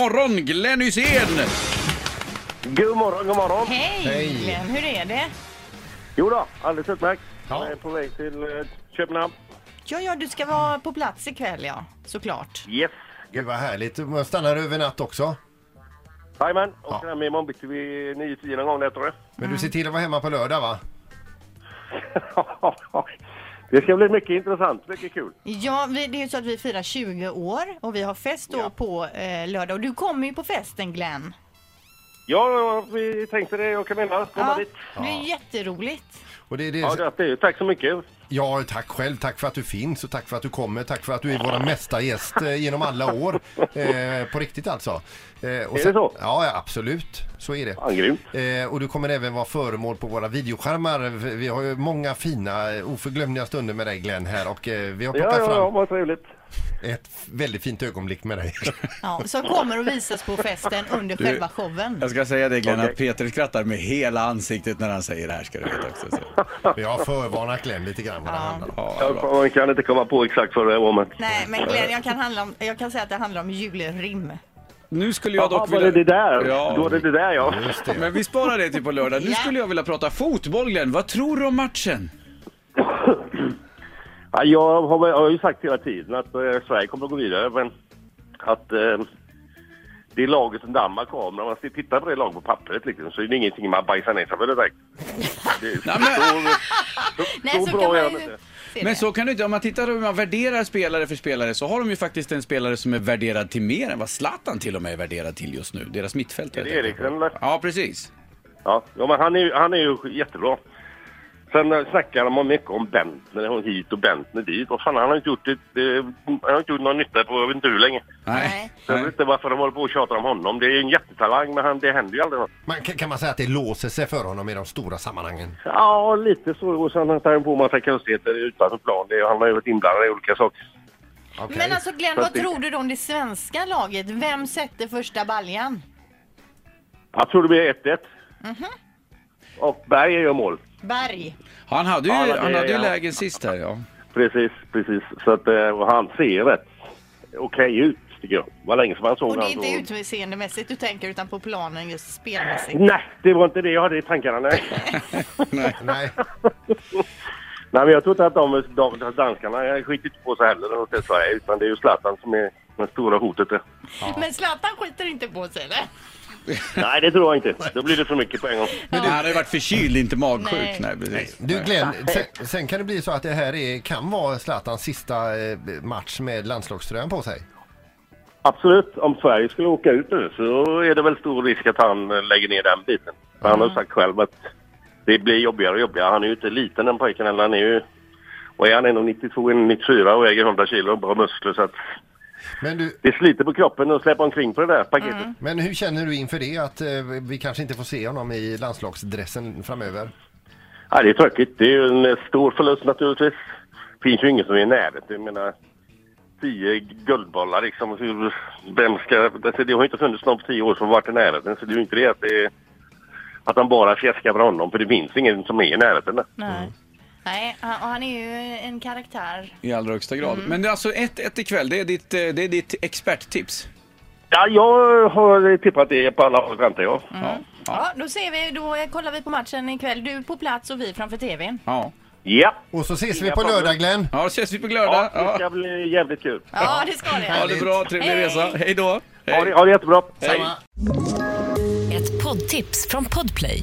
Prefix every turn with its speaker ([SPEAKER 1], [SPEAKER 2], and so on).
[SPEAKER 1] morgon, Glenn Hysén!
[SPEAKER 2] God morgon, god morgon.
[SPEAKER 3] Hej,
[SPEAKER 4] Hej.
[SPEAKER 3] Glenn, hur är det?
[SPEAKER 2] Jo då, alldeles utmärkt.
[SPEAKER 4] Ja.
[SPEAKER 2] Jag är på väg till eh, Köpenhamn.
[SPEAKER 3] Ja, ja, du ska vara på plats ikväll ja, såklart.
[SPEAKER 2] Yes.
[SPEAKER 4] Gud vad härligt. Man stannar över natt också.
[SPEAKER 2] Jajamän, och
[SPEAKER 4] Ja.
[SPEAKER 2] ja. med imorgon bitti vid 9-10 någon gång där tror jag.
[SPEAKER 4] Men du ser till att vara hemma på lördag va?
[SPEAKER 2] det ska bli mycket intressant, mycket kul.
[SPEAKER 3] Ja, vi, det är ju så att vi firar 20 år och vi har fest då
[SPEAKER 2] Ja.
[SPEAKER 3] på eh, lördag. Och du kommer ju på festen Glenn.
[SPEAKER 2] Ja, vi tänkte det och Camilla, komma dit.
[SPEAKER 3] det är jätteroligt.
[SPEAKER 4] Och det,
[SPEAKER 2] Ja,
[SPEAKER 4] det,
[SPEAKER 2] grattis. det är ju. Tack så mycket.
[SPEAKER 4] ja, tack själv. Tack för att du finns och tack för att du kommer. Tack för att du är vår mesta gäst eh, genom alla år. Eh, på riktigt alltså. Eh, och
[SPEAKER 2] det
[SPEAKER 4] sen-
[SPEAKER 2] så?
[SPEAKER 4] Ja, ja, absolut. Så är det.
[SPEAKER 2] Ja, grymt.
[SPEAKER 4] Eh, och du kommer även vara föremål på våra videoskärmar. Vi har ju många fina eh, oförglömliga stunder med dig Glenn här och eh, vi har
[SPEAKER 2] Ja,
[SPEAKER 4] plockat
[SPEAKER 2] ja, ja,
[SPEAKER 4] fram
[SPEAKER 2] vad trevligt.
[SPEAKER 4] ett f- väldigt fint ögonblick med dig.
[SPEAKER 3] Ja, som kommer att visas på festen under
[SPEAKER 1] Du-
[SPEAKER 3] själva showen.
[SPEAKER 1] Jag ska säga det Glenn,
[SPEAKER 2] Okej.
[SPEAKER 1] att Peter skrattar med hela ansiktet när han säger det här ska du veta också. Så.
[SPEAKER 4] Jag har förvarnat Glenn lite grann vad det handlar om.
[SPEAKER 1] Ja, bra.
[SPEAKER 2] Jag kan inte komma på exakt vad det var, men...
[SPEAKER 3] Nej, men Glenn, jag kan, handla om, jag kan säga att det handlar om julrim.
[SPEAKER 1] Nu skulle jag
[SPEAKER 2] Jaha,
[SPEAKER 1] dock
[SPEAKER 2] var det det där?
[SPEAKER 1] Ja.
[SPEAKER 2] Då är det det där, ja.
[SPEAKER 4] Just det.
[SPEAKER 1] Men vi sparar det till på lördag. Nu
[SPEAKER 3] Ja.
[SPEAKER 1] skulle jag vilja prata fotboll Glenn. Vad tror du om matchen?
[SPEAKER 2] Ja, jag, har, jag har ju sagt hela tiden att eh, Sverige kommer att gå vidare, men att eh, det laget som Danmark har, men om man tittar på det laget på pappret liksom, så är det ingenting man bajsar ner sig för direkt. Det,
[SPEAKER 1] Nej, men-
[SPEAKER 2] så,
[SPEAKER 3] Nej,
[SPEAKER 2] så
[SPEAKER 3] så
[SPEAKER 2] bra
[SPEAKER 3] kan
[SPEAKER 2] är
[SPEAKER 3] man
[SPEAKER 2] de
[SPEAKER 3] ju
[SPEAKER 2] inte.
[SPEAKER 3] se
[SPEAKER 1] Men
[SPEAKER 3] det.
[SPEAKER 1] så kan du inte, om man tittar på hur man värderar spelare för spelare så har de ju faktiskt en spelare som är värderad till mer än vad Zlatan till och med är värderad till just nu. Deras mittfält.
[SPEAKER 2] Är det Eriksen, eller?
[SPEAKER 1] Ja, precis.
[SPEAKER 2] Ja, ja, men han är, ju- han är ju jättebra. Sen eh, snackar man mycket om Bentner hon hit och Bentner dit. Och fan, han har inte gjort, ett, eh, han har inte gjort någon nytta på jag vet inte hur länge.
[SPEAKER 1] Nej.
[SPEAKER 3] Nej.
[SPEAKER 2] Så Jag vet inte varför de håller på och tjatar om honom. Det är ju en jättetalang, men han, det händer ju aldrig något.
[SPEAKER 4] Man, kan kan man säga att det låser sig för honom i de stora sammanhangen?
[SPEAKER 2] Ja, lite så. Och sen tar han på en massa konstigheter utanför plan. Det, är- han har ju varit inblandad i olika saker.
[SPEAKER 4] Okej.
[SPEAKER 3] Men alltså Glenn,
[SPEAKER 2] Fast
[SPEAKER 3] vad
[SPEAKER 2] det-
[SPEAKER 3] tror du då om det svenska laget? Vem sätter första baljan?
[SPEAKER 2] Jag tror det blir 1-1.
[SPEAKER 3] Mhm.
[SPEAKER 2] Och Berg gör mål.
[SPEAKER 3] Berg.
[SPEAKER 1] Han hade ju,
[SPEAKER 2] Ja, det-
[SPEAKER 1] han hade ju
[SPEAKER 2] ja.
[SPEAKER 1] lägen sist här ja.
[SPEAKER 2] Precis, precis. Så att, eh, och han ser rätt okej ut, tycker jag. Vad länge som man såg
[SPEAKER 3] Och det är
[SPEAKER 2] honom så-
[SPEAKER 3] inte utseendemässigt du tänker utan på planen just spelmässigt.
[SPEAKER 2] Nej, det var inte det jag hade i tankarna. Nej,
[SPEAKER 4] Nej,
[SPEAKER 2] nej men jag tror inte att de, de danskarna skiter inte på sig heller och det Sverige, utan det är ju Zlatan som är det stora hotet. där.
[SPEAKER 3] Men Zlatan skiter inte på sig eller?
[SPEAKER 2] Nej, det tror jag inte. Då blir det för mycket på en gång.
[SPEAKER 1] Men han har ju varit förkyld, inte magsjuk. Nej,
[SPEAKER 3] Nej.
[SPEAKER 1] precis.
[SPEAKER 4] du Glenn, sen, sen kan det bli så att det här är, kan vara Zlatans sista eh, match med landslagströjan på sig.
[SPEAKER 2] Absolut, om Sverige skulle åka ut nu så är det väl stor risk att han eh, lägger ner den biten. För Han har ju sagt själv att det blir jobbigare och jobbigare. Han är ju inte liten den pojken heller. Han är ju... Och är han 1,92, 94 och väger 100 kilo och bra muskler så att
[SPEAKER 4] Men, du,
[SPEAKER 2] det sliter på kroppen att släppa omkring på det där paketet.
[SPEAKER 4] men hur känner du inför det att eh, vi kanske inte får se honom i landslagsdressen framöver?
[SPEAKER 2] Ja, det är tråkigt. Det är ju en eh, stor förlust naturligtvis. finns ju ingen som är i närheten. Jag menar, tio guldbollar liksom. Hur- Vem ska... Alltså, det har ju inte funnits någon på tio år som varit i närheten. Så det är ju inte det att det är... Att han bara fjäskar för honom, för det finns ingen som är i närheten. där.
[SPEAKER 3] Nej. Nej, han, och han är ju en karaktär.
[SPEAKER 1] I allra högsta grad.
[SPEAKER 3] Mm.
[SPEAKER 1] Men det är alltså 1-1 ikväll, det är ditt, eh, det är ditt experttips.
[SPEAKER 2] Ja, jag har tippat det på alla håll, väntar jag.
[SPEAKER 1] Ja. Ja.
[SPEAKER 3] Ja, då ser vi, då eh, kollar vi på matchen ikväll. Du på plats och vi framför tvn.
[SPEAKER 1] Ja.
[SPEAKER 2] Ja,
[SPEAKER 4] Och så ses vi
[SPEAKER 2] Inga
[SPEAKER 4] på
[SPEAKER 2] problem.
[SPEAKER 4] lördag Glenn!
[SPEAKER 1] ja, då ses vi på
[SPEAKER 2] ja
[SPEAKER 1] lördag.
[SPEAKER 2] det ska
[SPEAKER 1] Ja.
[SPEAKER 2] bli jävligt kul.
[SPEAKER 3] Ja, det ska
[SPEAKER 1] Ha
[SPEAKER 3] det.
[SPEAKER 1] det bra, trevlig
[SPEAKER 3] Hej.
[SPEAKER 1] resa. Hej då.
[SPEAKER 2] Ha det, ha det jättebra.
[SPEAKER 4] Samma.
[SPEAKER 5] Ett poddtips från Podplay.